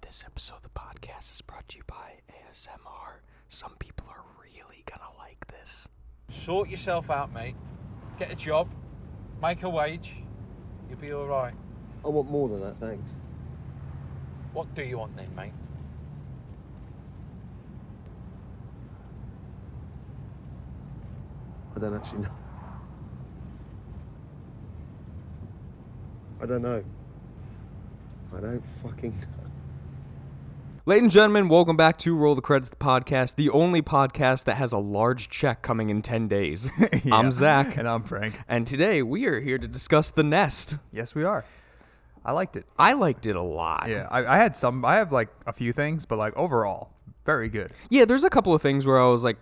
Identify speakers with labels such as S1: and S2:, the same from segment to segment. S1: This episode of the podcast is brought to you by ASMR. Some people are really gonna like this.
S2: Sort yourself out, mate. Get a job, make a wage, you'll be all right.
S3: I want more than that, thanks.
S2: What do you want then, mate?
S3: I don't actually know. I don't know. I don't fucking know.
S1: Ladies and gentlemen, welcome back to Roll the Credits, the podcast, the only podcast that has a large check coming in 10 days. I'm
S4: Yeah.
S1: Zach.
S4: And I'm Frank.
S1: And today we are here to discuss The Nest.
S4: Yes, we are. I liked it.
S1: I liked it a lot.
S4: Yeah, I, I had some. I have like a few things, but like overall, very good.
S1: Yeah, there's a couple of things where I was like,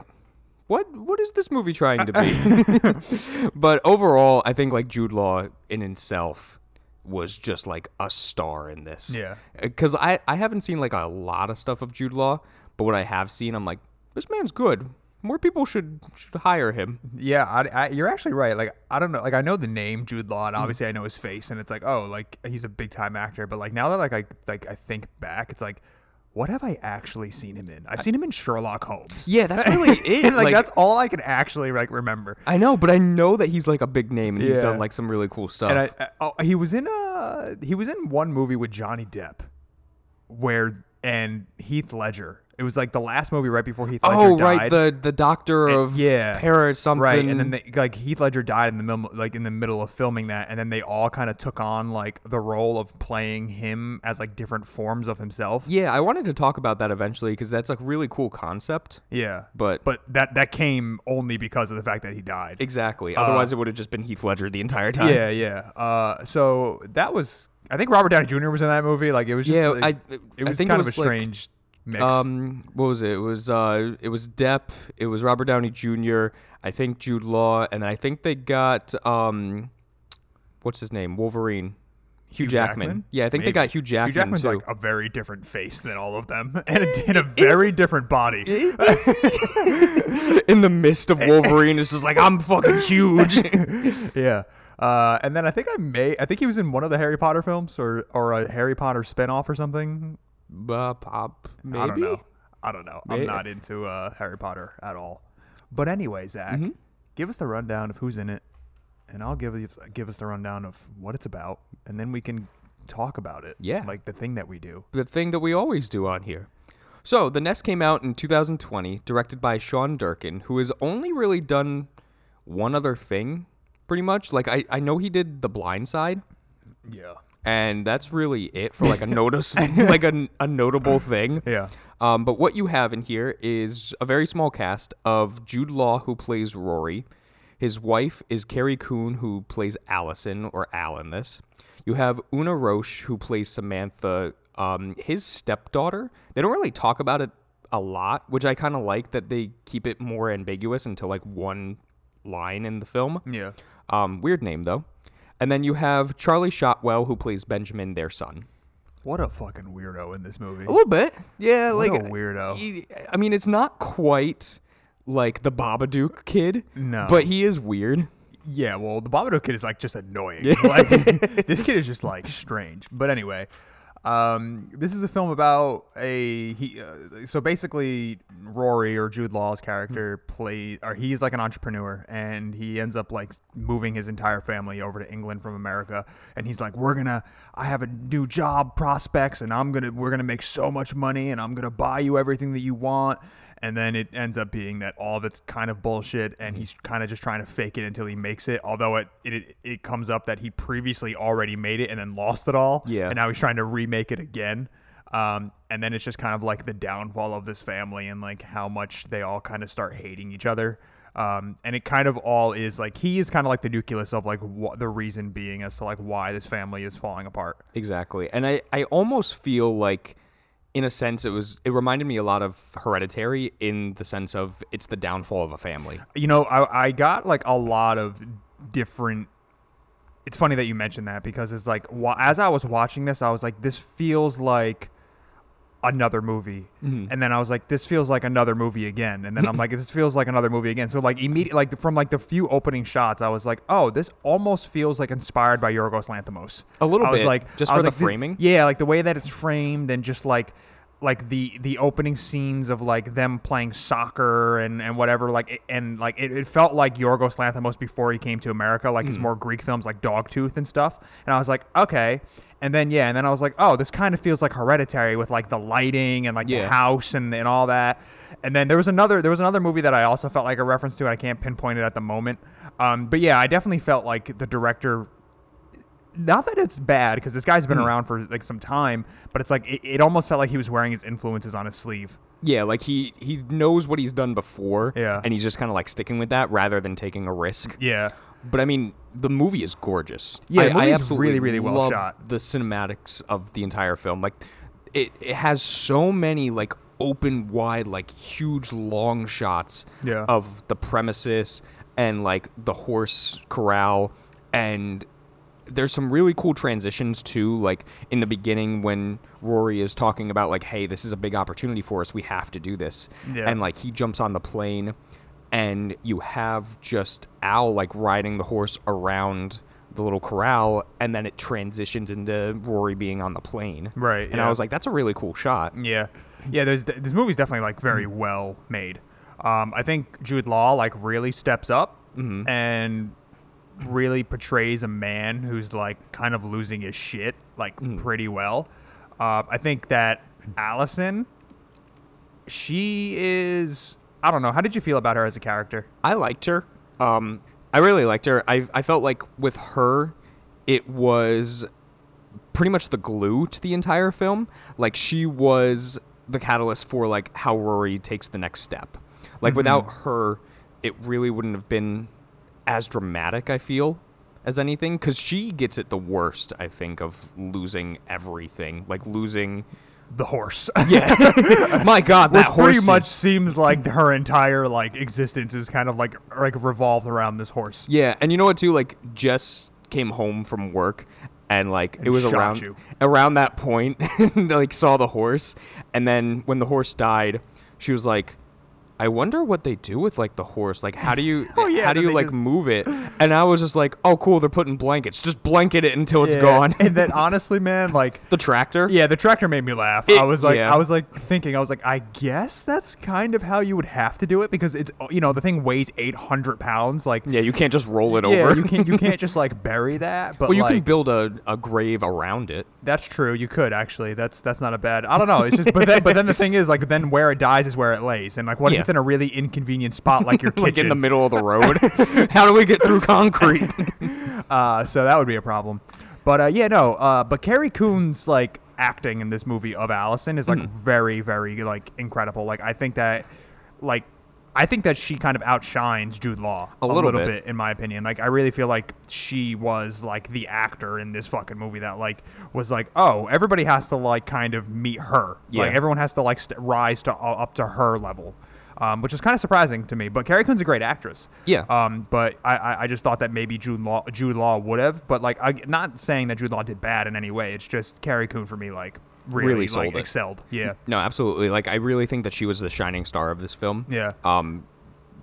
S1: what what is this movie trying to be? but overall, I think like Jude Law in himself was just like a star in this.
S4: Yeah.
S1: Cuz I I haven't seen like a lot of stuff of Jude Law, but what I have seen, I'm like, this man's good. More people should should hire him.
S4: Yeah, I, I, you're actually right. Like I don't know. Like I know the name Jude Law,
S1: Mm.
S4: and obviously I know his face, and it's like oh, like he's a big time actor. But like now that like I like I think back, it's like. What have I actually seen him in? I've seen him in Sherlock Holmes.
S1: Yeah, that's really it.
S4: like,
S1: Like-
S4: that's all I can actually like remember.
S1: I know, but I know that he's like a big name and he's
S4: Yeah.
S1: done like some really cool stuff.
S4: And I, I oh, he was in uh he was in one movie with Johnny Depp, where and Heath Ledger. It was like the last movie right before Heath Ledger
S1: oh,
S4: died.
S1: right, the the doctor
S4: And-
S1: of
S4: yeah,
S1: Paris something.
S4: Right, and then they, like Heath Ledger died in the middle, like in the middle of filming that, and then they all kind of took on like the role of playing him as like different forms of himself.
S1: Yeah, I wanted to talk about that eventually because that's a really cool concept.
S4: Yeah,
S1: But-
S4: but that that came only because of the fact that he died.
S1: Exactly. Otherwise, it would have just been Heath Ledger the entire time.
S4: Uh, yeah, yeah. Uh, so that was I think Robert Downey Jr. was in that movie. Like it was just
S1: Yeah,
S4: like,
S1: I- I
S4: it was
S1: think it
S4: kind
S1: was,
S4: of a
S1: like,
S4: strange mix.
S1: Um, what was it? It was uh, it was Depp. It was Robert Downey Jr. I think Jude Law, and I think they got um, what's his name? Wolverine. Hugh Jackman. Yeah, I think they
S4: Maybe.
S1: got Hugh Jackman Eh,
S4: Hugh Jackman's
S1: too.
S4: like a very different face than all of them, and a, in a very different body.
S1: In the midst of Wolverine, it's just like I'm fucking huge.
S4: yeah. Uh, and then I think I may I think he was in one of the Harry Potter films or or a Harry Potter spinoff or something.
S1: uh, pop, maybe.
S4: I don't know. I don't know.
S1: May-
S4: I'm not into uh, Harry Potter at all. But anyway, Zach,
S1: Mm-hmm.
S4: give us the rundown of who's in it, and I'll give you, give us the rundown of what it's about, and then we can talk about it.
S1: Yeah.
S4: like the thing that we do.
S1: the thing that we always do on here. So, The Nest came out in 2020, directed by Sean Durkin, who has only really done one other thing, pretty much. Like, I, I know he did The Blind Side,
S4: Yeah.
S1: and that's really it for like a notice, like a, a notable thing.
S4: Yeah.
S1: Um, but what you have in here is a very small cast of Jude Law, who plays Rory. His wife is Carrie Coon, who plays Allison or Al in this. You have Una Roche, who plays Samantha, um, his stepdaughter. They don't really talk about it a lot, which I kind of like that they keep it more ambiguous until like one line in the film.
S4: Yeah.
S1: Um, weird name though. And then you have Charlie Shotwell, who plays Benjamin, their son.
S4: What a fucking weirdo in this movie.
S1: A little bit, yeah.
S4: What
S1: like
S4: a weirdo.
S1: he- I mean, it's not quite like the Babadook kid,
S4: No.
S1: but he is weird.
S4: Yeah, well, the Babadook kid is like just annoying. Like this kid is just like strange. But anyway, um, this is a film about a he. Uh, so basically, Rory or Jude Law's character plays, or he's like an entrepreneur, and he ends up like moving his entire family over to England from America. And he's like, "We're gonna, I have a new job prospects, and I'm gonna, we're gonna make so much money, and I'm gonna buy you everything that you want." and then it ends up being that all of it's kind of bullshit and he's kind of just trying to fake it until he makes it although it, it it comes up that he previously already made it and then lost it all
S1: Yeah.
S4: and now he's trying to remake it again um, and then it's just kind of like the downfall of this family and like how much they all kind of start hating each other um, and it kind of all is like he is kind of like the nucleus of like what the reason being as to like why this family is falling apart
S1: Exactly. And I, I almost feel like in a sense it was it reminded me a lot of hereditary in the sense of it's the downfall of a family.
S4: you know I, I got like a lot of different it's funny that you mentioned that because it's like wa- as i was watching this i was like this feels like another movie,
S1: Mm-hmm.
S4: and then I was like, this feels like another movie again, and then I'm like, this feels like another movie again. So like immediately, like from like the few opening shots, I was like, oh, this almost feels like inspired by Yorgos Lanthimos.
S1: A little
S4: I was
S1: bit,
S4: like,
S1: just
S4: I
S1: for
S4: was
S1: the
S4: like, this-
S1: framing.
S4: yeah, like the way that it's framed and just like like the the opening scenes of like them playing soccer and and whatever like it, and like it, it felt like Yorgos Lanthimos before he came to America like his more Greek films like Dogtooth and stuff and I was like okay and then yeah and then I was like oh this kind of feels like Hereditary with like the lighting and like the
S1: Yeah.
S4: house and and all that and then there was another there was another movie that I also felt like a reference to and I can't pinpoint it at the moment um but yeah I definitely felt like the director not that it's bad because this guy's been around for like some time, but it's like it, it almost felt like he was wearing his influences on his sleeve.
S1: Yeah, like he he knows what he's done before,
S4: Yeah.
S1: and he's just kind of like sticking with that rather than taking a risk.
S4: Yeah,
S1: But I mean, the movie is gorgeous.
S4: Yeah,
S1: I,
S4: the movie
S1: I
S4: is
S1: absolutely
S4: really, really well
S1: love
S4: shot.
S1: The cinematics of the entire film, like it, it has so many like open, wide, like huge long shots
S4: Yeah.
S1: of the premises and like the horse corral, and there's some really cool transitions too. Like in the beginning when Rory is talking about like, "Hey, this is a big opportunity for us. We have to do this,"
S4: Yeah.
S1: and like he jumps on the plane and you have just Al like riding the horse around the little corral and then it transitions into Rory being on the plane.
S4: Right,
S1: And
S4: yeah.
S1: I was like, that's a really cool shot.
S4: yeah, yeah. There's this movie's definitely like very well made. Um, I think Jude Law like really steps up and really portrays a man who's like kind of losing his shit like pretty well. Uh, I think that Allison, she is. I don't know. How did you feel about her as a character?
S1: I liked her. Um, I really liked her. I, I felt like with her, it was pretty much the glue to the entire film. Like she was the catalyst for like how Rory takes the next step. Like
S4: Mm-hmm.
S1: without her, it really wouldn't have been as dramatic. I feel as anything because she gets it the worst. I think of losing everything, like losing.
S4: The horse.
S1: Yeah, my God,
S4: Which
S1: that horse.
S4: pretty
S1: scene.
S4: much seems like her entire like existence is kind of like like revolved around this horse.
S1: Yeah, and you know what too? Like Jess came home from work and like it was
S4: shot
S1: around
S4: you.
S1: around that point and, like saw the horse and then when the horse died, she was like I wonder what they do with like the horse. Like how do you
S4: Oh, yeah,
S1: how do
S4: do
S1: you
S4: they
S1: like
S4: just-
S1: move it? And I was just like, "Oh cool, they're putting blankets. Just blanket it until it's
S4: Yeah,
S1: gone."
S4: and then honestly, man, like
S1: the tractor?
S4: yeah, the tractor made me laugh. I
S1: It-
S4: was like,
S1: yeah.
S4: I was like thinking, I was like, I guess that's kind of how you would have to do it because it's you know the thing weighs eight hundred pounds. Like
S1: Yeah, you can't just roll it
S4: yeah,
S1: over.
S4: you can't you can't just like bury that. But
S1: well, you
S4: like,
S1: can build a, a grave around it.
S4: That's true. You could actually. That's that's not a bad. I don't know. It's just but then but then the thing is like then where it dies is where it lays. And like what
S1: Yeah.
S4: if it's in a really inconvenient spot like your kitchen?
S1: Like in the middle of the road. how do we get through concrete?
S4: Uh, so that would be a problem. But uh, yeah, no. Uh, but Carrie Coon's like acting in this movie of Allison is like
S1: Hmm.
S4: very, very like incredible. Like I think that, like, I think that she kind of outshines Jude Law
S1: A little bit.
S4: bit, in my opinion. Like I really feel like she was like the actor in this fucking movie that like was like, oh, everybody has to like kind of meet her.
S1: Yeah.
S4: Like everyone has to like st- rise to uh, up to her level. Um, which is kind of surprising to me, but Carrie Coon's a great actress.
S1: Yeah.
S4: Um, but I, I, I just thought that maybe Jude Law, Jude Law would have, but like, I, not saying that Jude Law did bad in any way. It's just Carrie Coon for me, like really,
S1: Really
S4: like,
S1: sold it.
S4: excelled. Yeah.
S1: No, absolutely. Like I really think that she was the shining star of this film.
S4: Yeah.
S1: Um,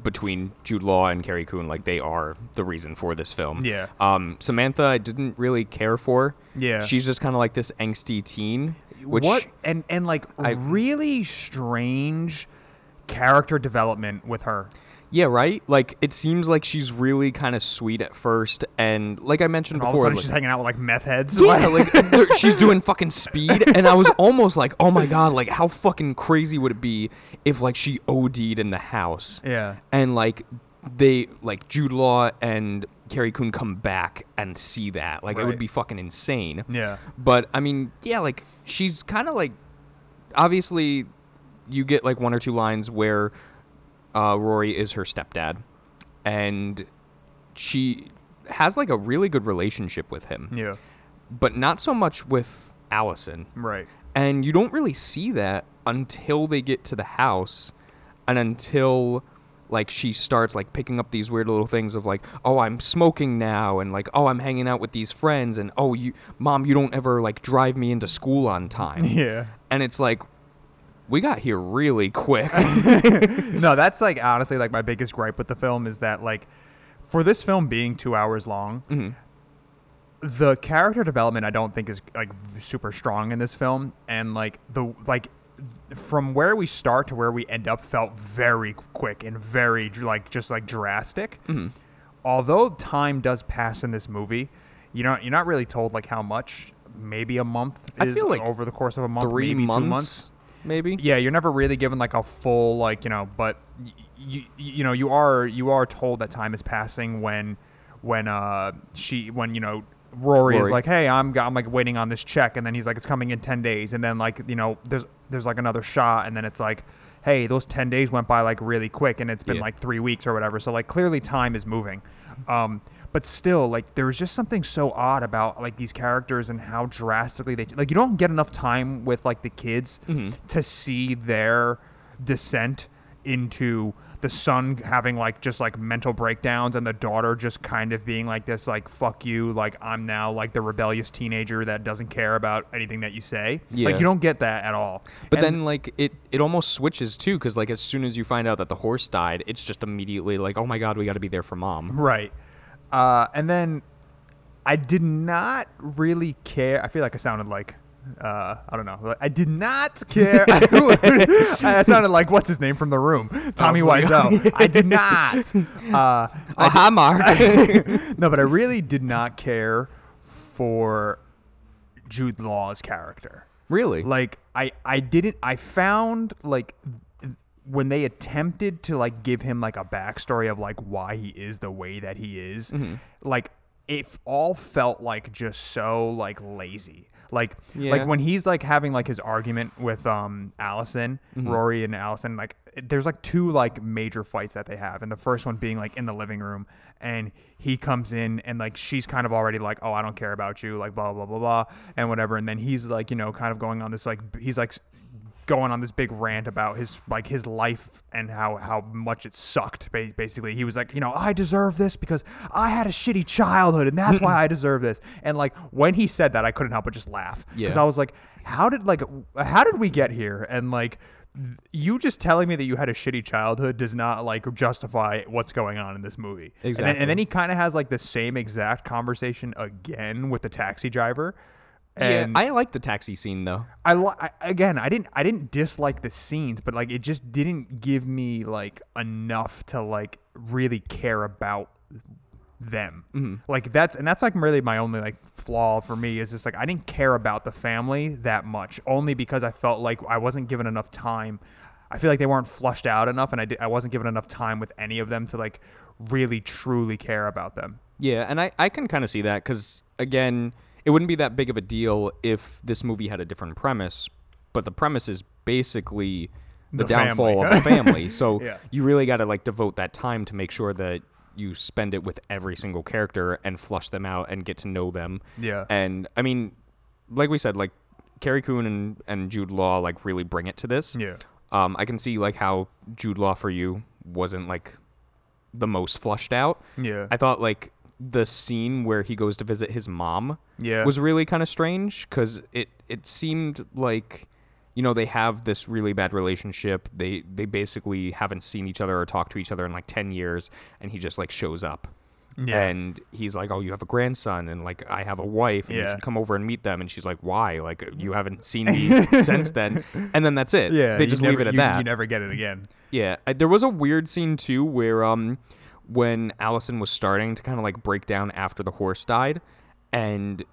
S1: between Jude Law and Carrie Coon, like they are the reason for this film.
S4: Yeah.
S1: Um, Samantha, I didn't really care for.
S4: Yeah.
S1: She's just kind of like this angsty teen, which
S4: what and and like really strange character development with her.
S1: yeah, right. Like it seems like she's really kind of sweet at first, and like I mentioned
S4: And all of a
S1: before,
S4: sudden,
S1: like-
S4: she's hanging out with like meth heads.
S1: Yeah, like they're- she's doing fucking speed, and I was almost like, oh my god, like how fucking crazy would it be if like she OD'd in the house?
S4: Yeah.
S1: and like they like Jude Law and Carrie Coon come back and see that, like it
S4: Right.
S1: would be fucking insane.
S4: Yeah.
S1: but I mean, yeah, like she's kind of like obviously you get like one or two lines where uh, Rory is her stepdad, and she has like a really good relationship with him
S4: yeah.
S1: but not so much with Allison.
S4: Right.
S1: And you don't really see that until they get to the house and until like she starts like picking up these weird little things of like oh I'm smoking now and like oh I'm hanging out with these friends and oh you mom you don't ever like drive me into school on time.
S4: Yeah.
S1: And it's like we got here really quick.
S4: no, that's like honestly like my biggest gripe with the film is that like for this film being two hours long,
S1: Mm-hmm.
S4: the character development I don't think is like v- super strong in this film, and like the like from where we start to where we end up felt very quick and very dr- like just like drastic.
S1: Mm-hmm.
S4: Although time does pass in this movie, you know you're not really told like how much. Maybe a month
S1: I
S4: is
S1: feel like
S4: over the course of a month,
S1: Three
S4: maybe
S1: months,
S4: two months
S1: maybe.
S4: yeah you're never really given like a full like you know but you you know you are you are told that time is passing when when uh she when you know Rory, is
S1: Rory.
S4: like hey I'm go- I'm like waiting on this check and then he's like it's coming in 10 days and then like you know there's there's like another shot and then it's like hey those 10 days went by like really quick and it's been
S1: Yeah.
S4: like 3 weeks or whatever so like clearly time is moving um but still like there was just something so odd about like these characters and how drastically they like you don't get enough time with like the kids
S1: Mm-hmm.
S4: to see their descent into the son having like just like mental breakdowns and the daughter just kind of being like this like fuck you like i'm now like the rebellious teenager that doesn't care about anything that you say
S1: Yeah.
S4: like you don't get that at all
S1: But
S4: And-
S1: then like it it almost switches too cuz like as soon as you find out that the horse died, it's just immediately like, "Oh my god, we got to be there for mom."
S4: Right. Uh, and then I did not really care. I feel like I sounded like. Uh, I don't know. Like, I did not care. I, sounded like what's his name from the room, Tommy
S1: Oh, my
S4: Wiseau. I did not. Uh,
S1: Aha, Mark.
S4: no, but I really did not care for Jude Law's character.
S1: really?
S4: Like I I didn't I found like th- when they attempted to like give him like a backstory of like why he is the way that he is,
S1: Mm-hmm.
S4: like it all felt like just so like lazy. Like
S1: Yeah.
S4: like when he's like having like his argument with um Allison, Rory and Allison, like it- there's like two like major fights that they have, and the first one being like in the living room, and he comes in and like she's kind of already like, oh, I don't care about you, like blah blah blah blah, and whatever, and then he's like you know kind of going on this like b- he's like s- going on this big rant about his like his life and how how much it sucked ba- basically he was like you know i deserve this because i had a shitty childhood and that's why i deserve this and like when he said that i couldn't help but just laugh because
S1: Yeah.
S4: i was like how did like w- how did we get here and like th- you just telling me that you had a shitty childhood does not like justify what's going on in this movie And then- and
S1: Exactly.
S4: then, he kind of has like the same exact conversation again with the taxi driver
S1: yeah,
S4: and
S1: I like the taxi scene though.
S4: I, li- I again, I didn't I didn't dislike the scenes, but like it just didn't give me like enough to like really care about them.
S1: Mm-hmm.
S4: Like that's and that's like really my only like flaw for me is just like I didn't care about the family that much, only because I felt like I wasn't given enough time. I feel like they weren't flushed out enough, and I did, I wasn't given enough time with any of them to like really truly care about them.
S1: Yeah, and I, I can kind of see that because, again, it wouldn't be that big of a deal if this movie had a different premise, but the premise is basically the,
S4: The
S1: downfall
S4: family.
S1: of a family. So
S4: Yeah.
S1: you really got to, like, devote that time to make sure that you spend it with every single character and flush them out and get to know them.
S4: Yeah.
S1: And, I mean, like we said, like, Carrie Coon and, and Jude Law, like, really bring it to this.
S4: Yeah.
S1: Um, I can see, like, how Jude Law for you wasn't, like, the most flushed out.
S4: Yeah.
S1: I thought like the scene where he goes to visit his mom
S4: Yeah.
S1: was really kind of strange cuz it it seemed like you know they have this really bad relationship. They they basically haven't seen each other or talked to each other in like 10 years and he just like shows up.
S4: Yeah.
S1: And he's like, "Oh, you have a grandson and like I have a wife and you
S4: Yeah.
S1: should come over and meet them." And she's like, "Why? Like uh, you haven't seen me since then." And then that's it.
S4: Yeah,
S1: They
S4: you
S1: just leave
S4: never-
S1: it at
S4: you-
S1: that.
S4: You never get it again.
S1: Yeah, I, there was a weird scene too where um when Allison was starting to kind of like break down after the horse died and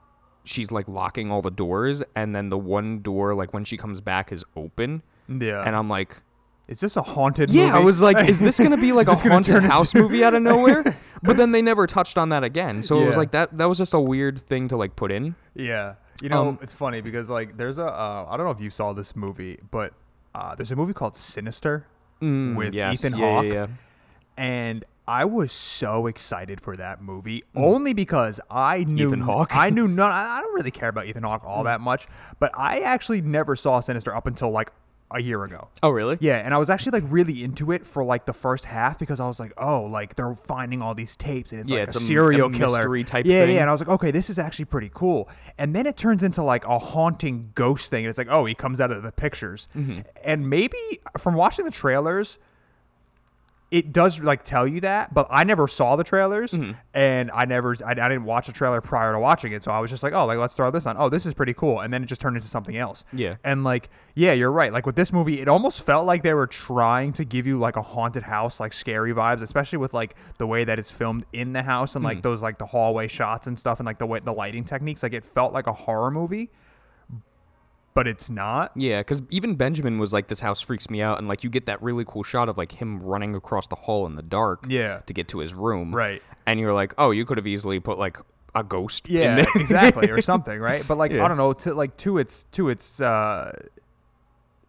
S1: she's like locking all the doors and then the one door like when she comes back is open
S4: Yeah.
S1: and I'm like
S4: Is this a haunted
S1: yeah,
S4: movie?
S1: I was like, is this gonna be like a
S4: this gonna
S1: haunted
S4: turn into-
S1: house movie out of nowhere? But then they never touched on that again, so it was
S4: Yeah.
S1: like that. That was just a weird thing to like put in.
S4: yeah. You know,
S1: Um,
S4: it's funny because like there's a uh, I don't know if you saw this movie, but uh, there's a movie called Sinister with
S1: Mm, yes,
S4: Ethan
S1: yeah,
S4: Hawke,
S1: yeah, yeah.
S4: and I was so excited for that movie only because I knew
S1: Mm. Ethan Hawke? Mm.
S4: I knew none. I I don't really care about Ethan Hawke all that much, but I actually never saw Sinister up until like a year ago.
S1: Oh, really?
S4: Yeah, and I was actually like really into it for like the first half because I was like, oh, like they're finding all these tapes and it's
S1: Yeah,
S4: like
S1: it's
S4: a,
S1: a m-
S4: serial
S1: a
S4: killer
S1: mystery type
S4: yeah,
S1: thing.
S4: Yeah, and I was like, okay, this is actually pretty cool. And then it turns into like a haunting ghost thing, and it's like, oh, he comes out of the pictures,
S1: Mm-hmm.
S4: and maybe from watching the trailers. It does like tell you that, but I never saw the trailers, and I never, I, I didn't watch a trailer prior to watching it, so I was just like, oh, like let's throw this on. Oh, this is pretty cool, and then it just turned into something else.
S1: Yeah.
S4: And like, yeah, you're right. Like with this movie, it almost felt like they were trying to give you like a haunted house, like scary vibes, especially with like the way that it's filmed in the house and like those like the hallway shots and stuff and like the way the lighting techniques. Like it felt like a horror movie, but it's not.
S1: Yeah, because even Benjamin was like, "This house freaks me out," and like you get that really cool shot of like him running across the hall in the dark,
S4: Yeah.
S1: to get to his room,
S4: Right.
S1: And you're like, "Oh, you could have easily put like a ghost." in
S4: Yeah,
S1: there.
S4: exactly, or something, right? But like
S1: Yeah.
S4: I don't know, to like to its to its uh,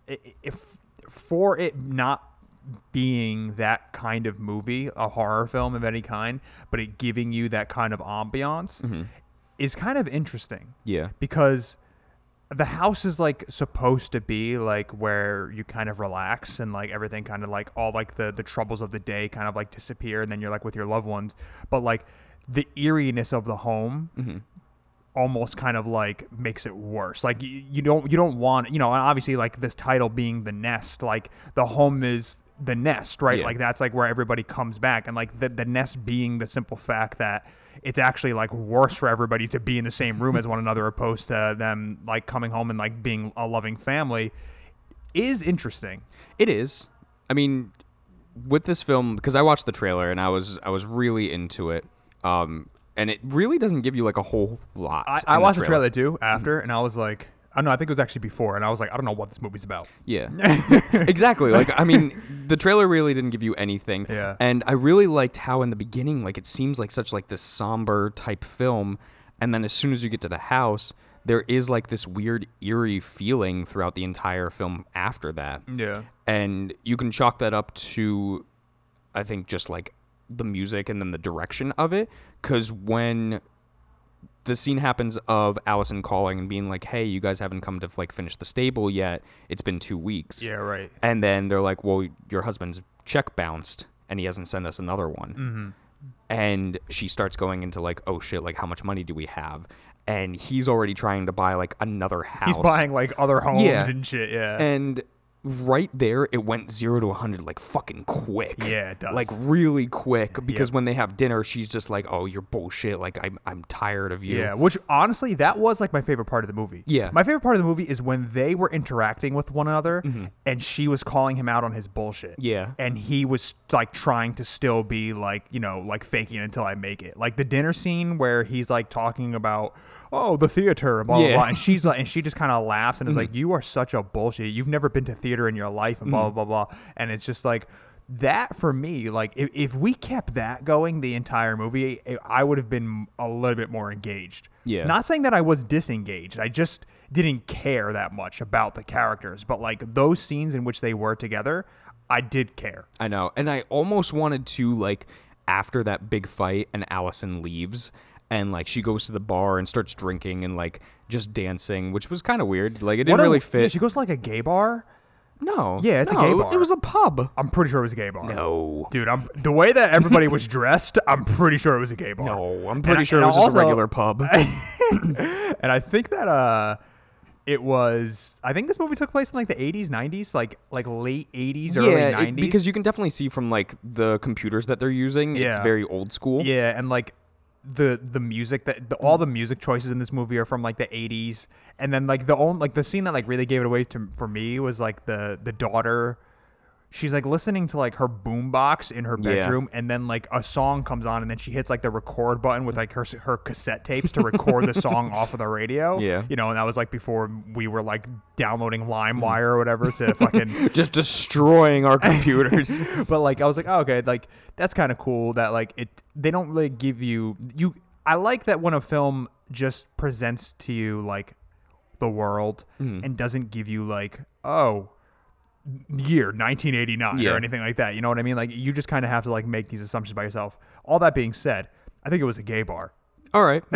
S4: i- i- if for it not being that kind of movie, a horror film of any kind, but it giving you that kind of ambiance is kind of interesting
S1: yeah,
S4: because the house is like supposed to be like where you kind of relax and like everything kind of like all like the the troubles of the day kind of like disappear and then you're like with your loved ones but like the eeriness of the home almost kind of like makes it worse like you, you don't you don't want you know and obviously like this title being the nest like the home is the nest right
S1: Yeah.
S4: like that's like where everybody comes back and like the, the nest being the simple fact that it's actually like worse for everybody to be in the same room as one another opposed to them like coming home and like being a loving family is interesting
S1: it is. I mean, with this film, because I watched the trailer and I was I was really into it, um, and it really doesn't give you like a whole lot.
S4: i,
S1: in
S4: I watched the trailer Mm-hmm. too after and i was like i don't know i think it was actually before and i was like i don't know what this movie's about
S1: Yeah. exactly. Like I mean, the trailer really didn't give you anything.
S4: Yeah.
S1: And I really liked how in the beginning like it seems like such like this somber type film and then as soon as you get to the house, there is like this weird eerie feeling throughout the entire film after that.
S4: yeah
S1: And you can chalk that up to I think just like the music and then the direction of it cuz when the scene happens of Allison calling and being like, "Hey, you guys haven't come to like finish the stable yet. It's been 2 weeks."
S4: yeah right
S1: And then they're like, "Well, your husband's check bounced, and he hasn't sent us another one." Mm-hmm. And she starts going into like, "Oh shit! Like, how much money do we have?" And he's already trying to buy like another house.
S4: he's buying like other homes
S1: Yeah.
S4: and shit yeah
S1: And right there, it went zero to a hundred like fucking quick.
S4: Yeah, it does.
S1: Like really quick because when they have dinner, she's just like, "Oh, you're bullshit! Like, I'm I'm tired of you."
S4: Yeah, which honestly, that was like my favorite part of the movie.
S1: Yeah.
S4: My favorite part of the movie is when they were interacting with one another and she was calling him out on his bullshit.
S1: Mm-hmm. Yeah.
S4: And he was like trying to still be like, you know, like faking it until I make it. Like the dinner scene where he's like talking about, oh, the theater and blah,
S1: Yeah.
S4: blah, blah. And she's like, and she just kind of laughs and is
S1: Mm-hmm.
S4: like, you are such a bullshit. You've never been to theater in your life and blah, blah, blah, blah. And it's just like, that for me, like if, if we kept that going the entire movie, I- I would have been a little bit more engaged.
S1: Yeah.
S4: Not saying that I was disengaged. I just didn't care that much about the characters. But like those scenes in which they were together, I did care.
S1: I know. And I almost wanted to like after that big fight and Allison leaves and like she goes to the bar and starts drinking and like just dancing, which was kind of weird. Like it didn't
S4: What a-
S1: really
S4: Yeah,
S1: fit.
S4: she goes to like a gay bar.
S1: no.
S4: Yeah, it's a
S1: no,
S4: gay
S1: it- It
S4: bar.
S1: was a pub.
S4: I'm pretty sure it was a gay bar.
S1: No.
S4: Dude, I'm the way that everybody was dressed, I'm pretty sure it was a gay bar.
S1: No, I'm
S4: And
S1: pretty
S4: I-
S1: sure it
S4: and
S1: was just
S4: also-
S1: a regular pub.
S4: And I think that uh it was I think this movie took place in like the 80s, 90s, like like late 80s, early
S1: yeah,
S4: 90s.
S1: it- because you can definitely see from like the computers that they're using, it's
S4: Yeah.
S1: very old school.
S4: Yeah, and like the the music that the, all the music choices in this movie are from like the 80s, and then like the only like the scene that like really gave it away to for me was like the the daughter. She's like listening to like her boombox in her
S1: Yeah.
S4: bedroom, and then like a song comes on, and then she hits like the record button with like her s- her cassette tapes to record the song off of the radio.
S1: Yeah. Mm.
S4: you know, and that was like before we were like downloading LimeWire or whatever to fucking
S1: Just destroying our computers.
S4: but like I was like, oh, okay, like that's kind of cool that like it they don't really give you you I like that when a film just presents to you like the world
S1: Mm-hmm.
S4: and doesn't give you like oh year 1989
S1: Yeah.
S4: or anything like that. You know what I mean? Like you just kind of have to like make these assumptions by yourself. All that being said, I think it was a gay bar.
S1: All right.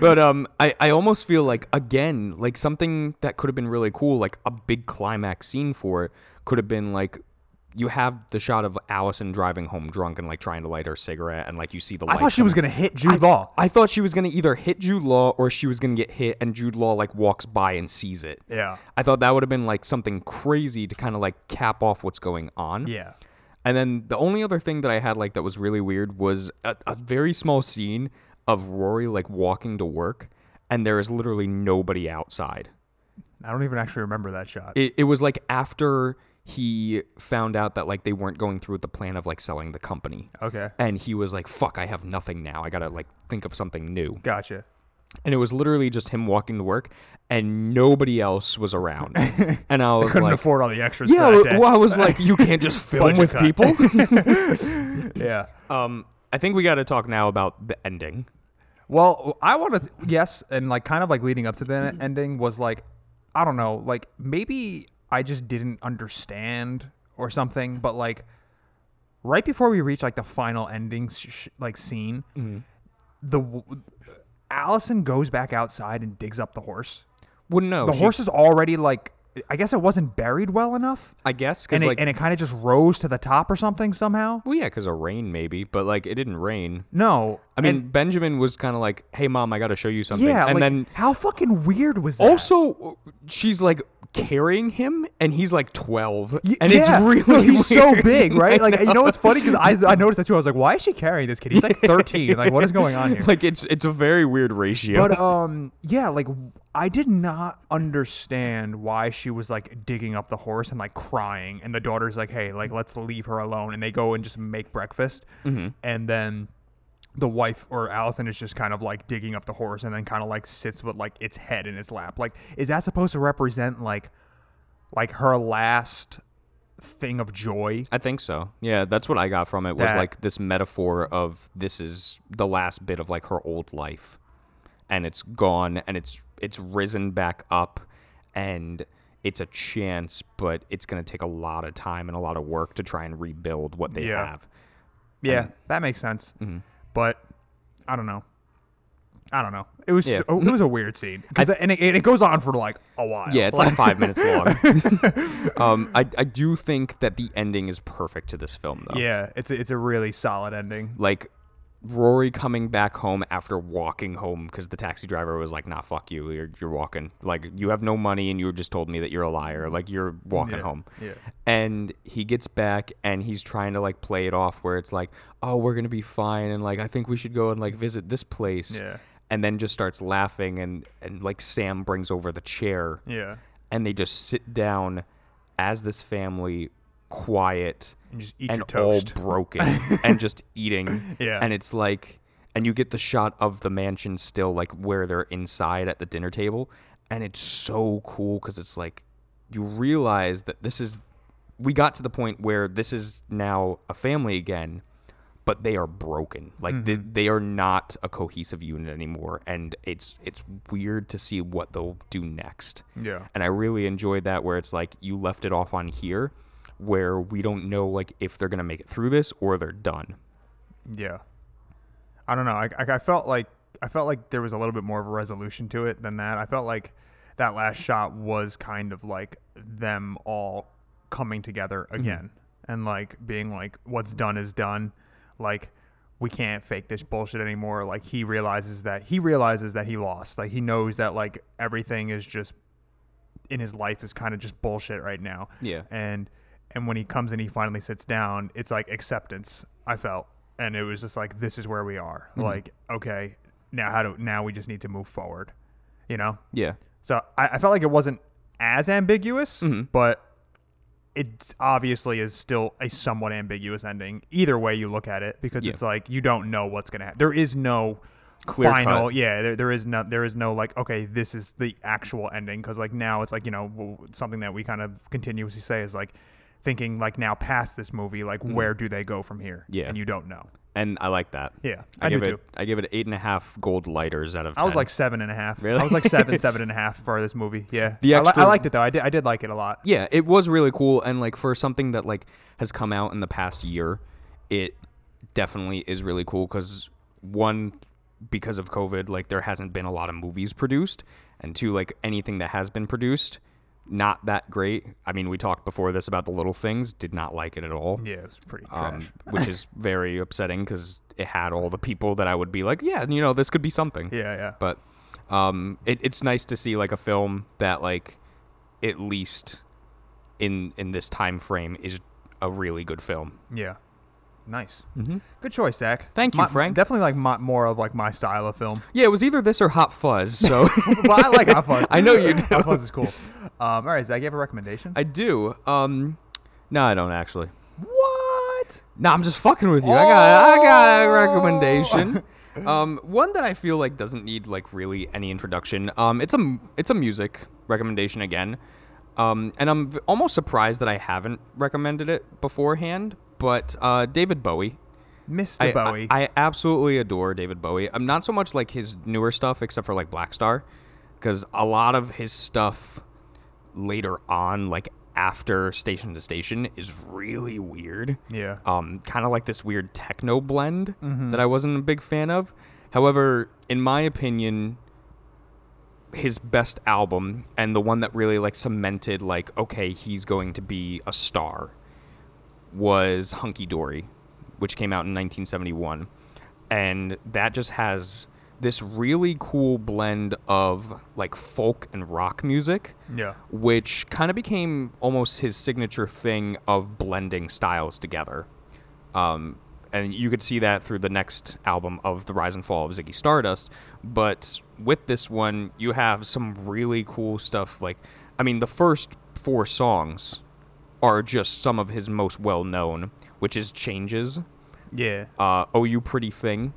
S1: but um I, I almost feel like again, like something that could have been really cool, like a big climax scene for it, could have been like you have the shot of Allison driving home drunk and like trying to light her cigarette and like you see the
S4: I
S1: light
S4: thought she
S1: come-
S4: was gonna hit Jude Law.
S1: I thought she was gonna either hit Jude Law or she was gonna get hit and Jude Law like walks by and sees it.
S4: Yeah.
S1: I thought that would have been like something crazy to kind of like cap off what's going on.
S4: Yeah.
S1: And then the only other thing that I had like that was really weird was a, a very small scene of Rory like walking to work and there is literally nobody outside.
S4: I don't even actually remember that shot.
S1: It, it was like after he found out that like they weren't going through with the plan of like selling the company.
S4: Okay.
S1: And he was like, fuck, I have nothing now. I gotta like think of something new.
S4: Gotcha.
S1: And it was literally just him walking to work and nobody else was around. And I was
S4: Couldn't
S1: like,
S4: afford all the extras.
S1: yeah,
S4: for that day.
S1: well, I was like, you can't just film
S4: Budget
S1: with
S4: cut.
S1: people.
S4: yeah.
S1: Um, I think we got to talk now about the ending.
S4: Well, I want to yes, and like kind of like leading up to
S1: Mm-hmm.
S4: the ending was like, I don't know, like maybe I just didn't understand or something, but like right before we reach like the final ending sh- sh- like scene,
S1: Mm-hmm.
S4: the w- Allison goes back outside and digs up the horse.
S1: Well, no,
S4: The
S1: Oh, she-
S4: horse is already like, I guess it wasn't buried well enough,
S1: I guess, because
S4: and it,
S1: like,
S4: and it kind of just rose to the top or something somehow.
S1: well, yeah, because of rain maybe, but like it didn't rain.
S4: No,
S1: I mean, Benjamin was kind of like, "Hey, mom, I got to show you something,"
S4: yeah,
S1: and
S4: like,
S1: then
S4: how fucking weird was that?
S1: also she's like carrying him, and he's like twelve,
S4: Y-
S1: and
S4: yeah,
S1: it's really
S4: he's so
S1: weird.
S4: big, right? Like you know what's funny because I, I noticed that too. I was like, why is she carrying this kid? He's like 13. Like what is going on here?
S1: like it's it's a very weird ratio.
S4: but um, yeah, like I did not understand why she was like digging up the horse and like crying, and the daughter's like, hey, like let's leave her alone, and they go and just make breakfast, and then. The wife or Allison is just kind of like digging up the horse and then kind of like sits with like its head in its lap. Like, is that supposed to represent like, like her last thing of joy?
S1: I think so. Yeah, that's what I got from it was
S4: That-
S1: like this metaphor of this is the last bit of like her old life and it's gone and it's it's risen back up and it's a chance but it's going to take a lot of time and a lot of work to try and rebuild what they
S4: Yeah.
S1: have.
S4: Yeah, that makes sense.
S1: Mm-hmm.
S4: But I don't know. I don't know. It was
S1: Yeah.
S4: so- it was a weird scene 'Cause it- and, it, and it goes on for like a while.
S1: Yeah, it's like 5 minutes long. um I I do think that the ending is perfect to this film though.
S4: yeah. It's a, it's a really solid ending.
S1: like Rory coming back home after walking home because the taxi driver was like, "Nah, fuck you. You're you're walking. Like you have no money, and you just told me that you're a liar. Like you're walking
S4: Yeah,
S1: home."
S4: yeah.
S1: And he gets back, and he's trying to like play it off where it's like, "Oh, we're gonna be fine," and like I think we should go and like visit this place.
S4: Yeah.
S1: And then just starts laughing, and and like Sam brings over the chair
S4: Yeah,
S1: and they just sit down as this family quiet
S4: And just eat
S1: and
S4: your toast.
S1: all broken and just eating
S4: Yeah.
S1: and it's like and you get the shot of the mansion still like where they're inside at the dinner table and it's so cool because it's like you realize that this is we got to the point where this is now a family again but they are broken like they,
S4: Mm-hmm.
S1: they are not a cohesive unit anymore and it's it's weird to see what they'll do next
S4: Yeah.
S1: and I really enjoyed that where it's like you left it off on here where we don't know like if they're gonna make it through this or they're done.
S4: yeah. I don't know. I, I I felt like I felt like there was a little bit more of a resolution to it than that. I felt like that last shot was kind of like them all coming together again and like being like, "What's done is done." Like we can't fake this bullshit anymore. Like he realizes that he realizes that he lost. Like he knows that like everything is just in his life is kind of just bullshit right now.
S1: Yeah.
S4: And and when he comes and he finally sits down, it's like acceptance. I felt, and it was just like this is where we are. Like okay, now how do now we just need to move forward, you know?
S1: Yeah.
S4: So I, I felt like it wasn't as ambiguous,
S1: Mm-hmm.
S4: but it obviously is still a somewhat ambiguous ending. Either way you look at it, because
S1: Yeah.
S4: it's like you don't know what's gonna happen. There is no
S1: Clear
S4: final.
S1: cut.
S4: Yeah, there, there is no there is no like okay, this is the actual ending because like now it's like you know w- something that we kind of continuously say is like thinking like now past this movie like where do they go from here?
S1: Mm-hmm. Yeah.
S4: and you don't know.
S1: And I like that.
S4: Yeah,
S1: I,
S4: I do
S1: give it
S4: too.
S1: I give it eight and a half gold lighters out of ten.
S4: I was like seven and a half.
S1: Really?
S4: I was like seven, seven and a half for this movie. Yeah,
S1: The
S4: I li-
S1: extra-
S4: I liked it though. I did, I did like it a lot.
S1: Yeah, it was really cool and like for something that like has come out in the past year, it definitely is really cool cuz one because of COVID, like there hasn't been a lot of movies produced, and two, like anything that has been produced, not that great. I mean, we talked before this about the little things. Did not like it at all.
S4: Yeah, it's pretty
S1: um,
S4: trash.
S1: which is very upsetting because it had all the people that I would be like, yeah, you know, this could be something.
S4: Yeah, yeah.
S1: But um, it, it's nice to see like a film that like at least in in this time frame is a really good film.
S4: Yeah. Nice. Mm-hmm. Good choice, Zach.
S1: Thank you,
S4: My-
S1: Frank.
S4: Definitely like my, more of like my style of film.
S1: Yeah, it was either this or Hot Fuzz. So
S4: Well, I like Hot Fuzz.
S1: I know you do.
S4: Hot Fuzz is cool. Um, all right, Zach, you have a recommendation?
S1: I do. Um, no, I don't actually.
S4: what?
S1: No, I'm just fucking with you. I got I got a recommendation. um, one that I feel like doesn't need like really any introduction. Um, it's a m- it's a music recommendation again. Um, and I'm v- almost surprised that I haven't recommended it beforehand. But uh, David Bowie.
S4: Mr.
S1: I,
S4: Bowie.
S1: I, I absolutely adore David Bowie. I'm not so much like his newer stuff, except for like Black Star, because a lot of his stuff later on, like after Station to Station, is really weird
S4: yeah. Mm-hmm.
S1: um, kind of like this weird techno blend that I wasn't a big fan of. However, in my opinion, his best album and the one that really like cemented like okay, he's going to be a star was Hunky Dory, which came out in 1971. And that just has this really cool blend of like folk and rock music
S4: yeah.
S1: which kind of became almost his signature thing of blending styles together. Um, and you could see that through the next album of The Rise and Fall of Ziggy Stardust. But with this one, you have some really cool stuff. Like, I mean, the first four songs are just some of his most well known, which is Changes,
S4: Yeah.
S1: uh, Oh You Pretty Thing.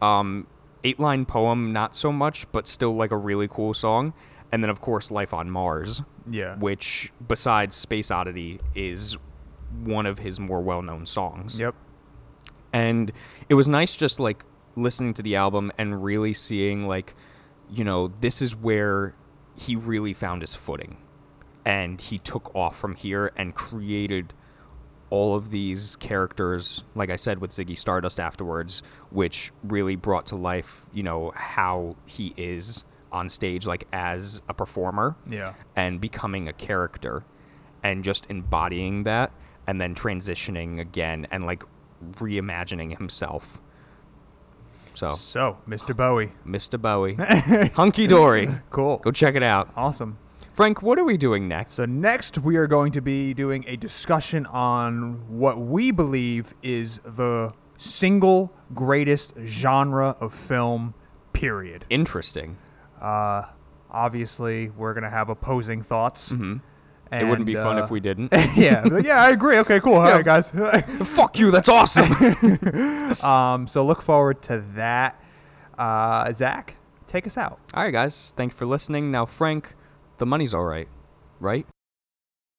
S1: Um, eight line poem, not so much, but still like a really cool song. And then, of course, Life on Mars
S4: Yeah.
S1: which besides Space Oddity is one of his more well-known songs.
S4: Yep.
S1: And it was nice just like listening to the album and really seeing like you know this is where he really found his footing and he took off from here and created all of these characters like I said with Ziggy Stardust afterwards which really brought to life, you know, how he is on stage like as a performer
S4: Yeah.
S1: and becoming a character and just embodying that and then transitioning again and like reimagining himself. So,
S4: So, Mr. Bowie.
S1: Mr. Bowie, hunky dory.
S4: Cool.
S1: Go check it out.
S4: Awesome.
S1: Frank, what are we doing next?
S4: So next we are going to be doing a discussion on what we believe is the single greatest genre of film, period.
S1: Interesting.
S4: Uh, obviously, we're gonna have opposing thoughts.
S1: Mm-hmm. It wouldn't be
S4: and, uh,
S1: fun
S4: uh,
S1: if we didn't.
S4: yeah, be like, yeah, I agree. Okay, cool. All right, guys.
S1: Fuck you, that's awesome.
S4: um, so look forward to that. Uh, Zach, take us out.
S1: all right, guys. Thanks for listening. Now, Frank, the money's all right, right?